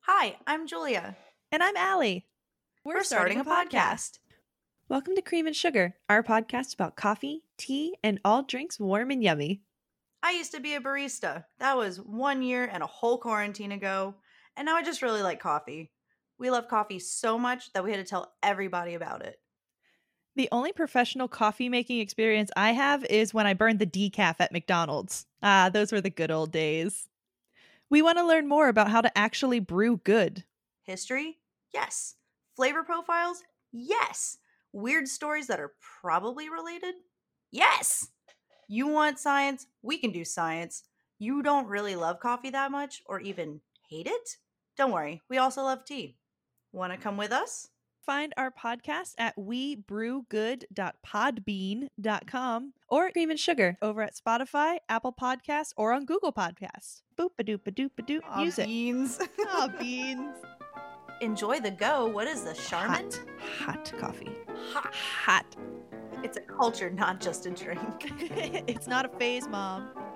Hi, I'm Julia. And I'm Allie. We're, starting, a podcast. Welcome to Cream and Sugar, our podcast about coffee, tea, and all drinks warm and yummy. I used to be a barista. That was one year and a whole quarantine ago. And now I just really like coffee. We love coffee so much that we had to tell everybody about it. The only professional coffee making experience I have is when I burned the decaf at McDonald's. Ah, those were the good old days. We want to learn more about how to actually brew good. History? Yes. Flavor profiles? Yes. Weird stories that are probably related? Yes. You want science? We can do science. You don't really love coffee that much or even hate it? Don't worry, we also love tea. Want to come with us? Find our podcast at webrewgood.podbean.com or Cream and Sugar over at Spotify, Apple Podcasts, or on Google Podcasts. Boop a doop a doop a doop Aw, music. Beans. Aw, beans. Enjoy the go. What is the Charmin? Hot, hot coffee. Ha. Hot. It's a culture, not just a drink. it's not a phase, Mom.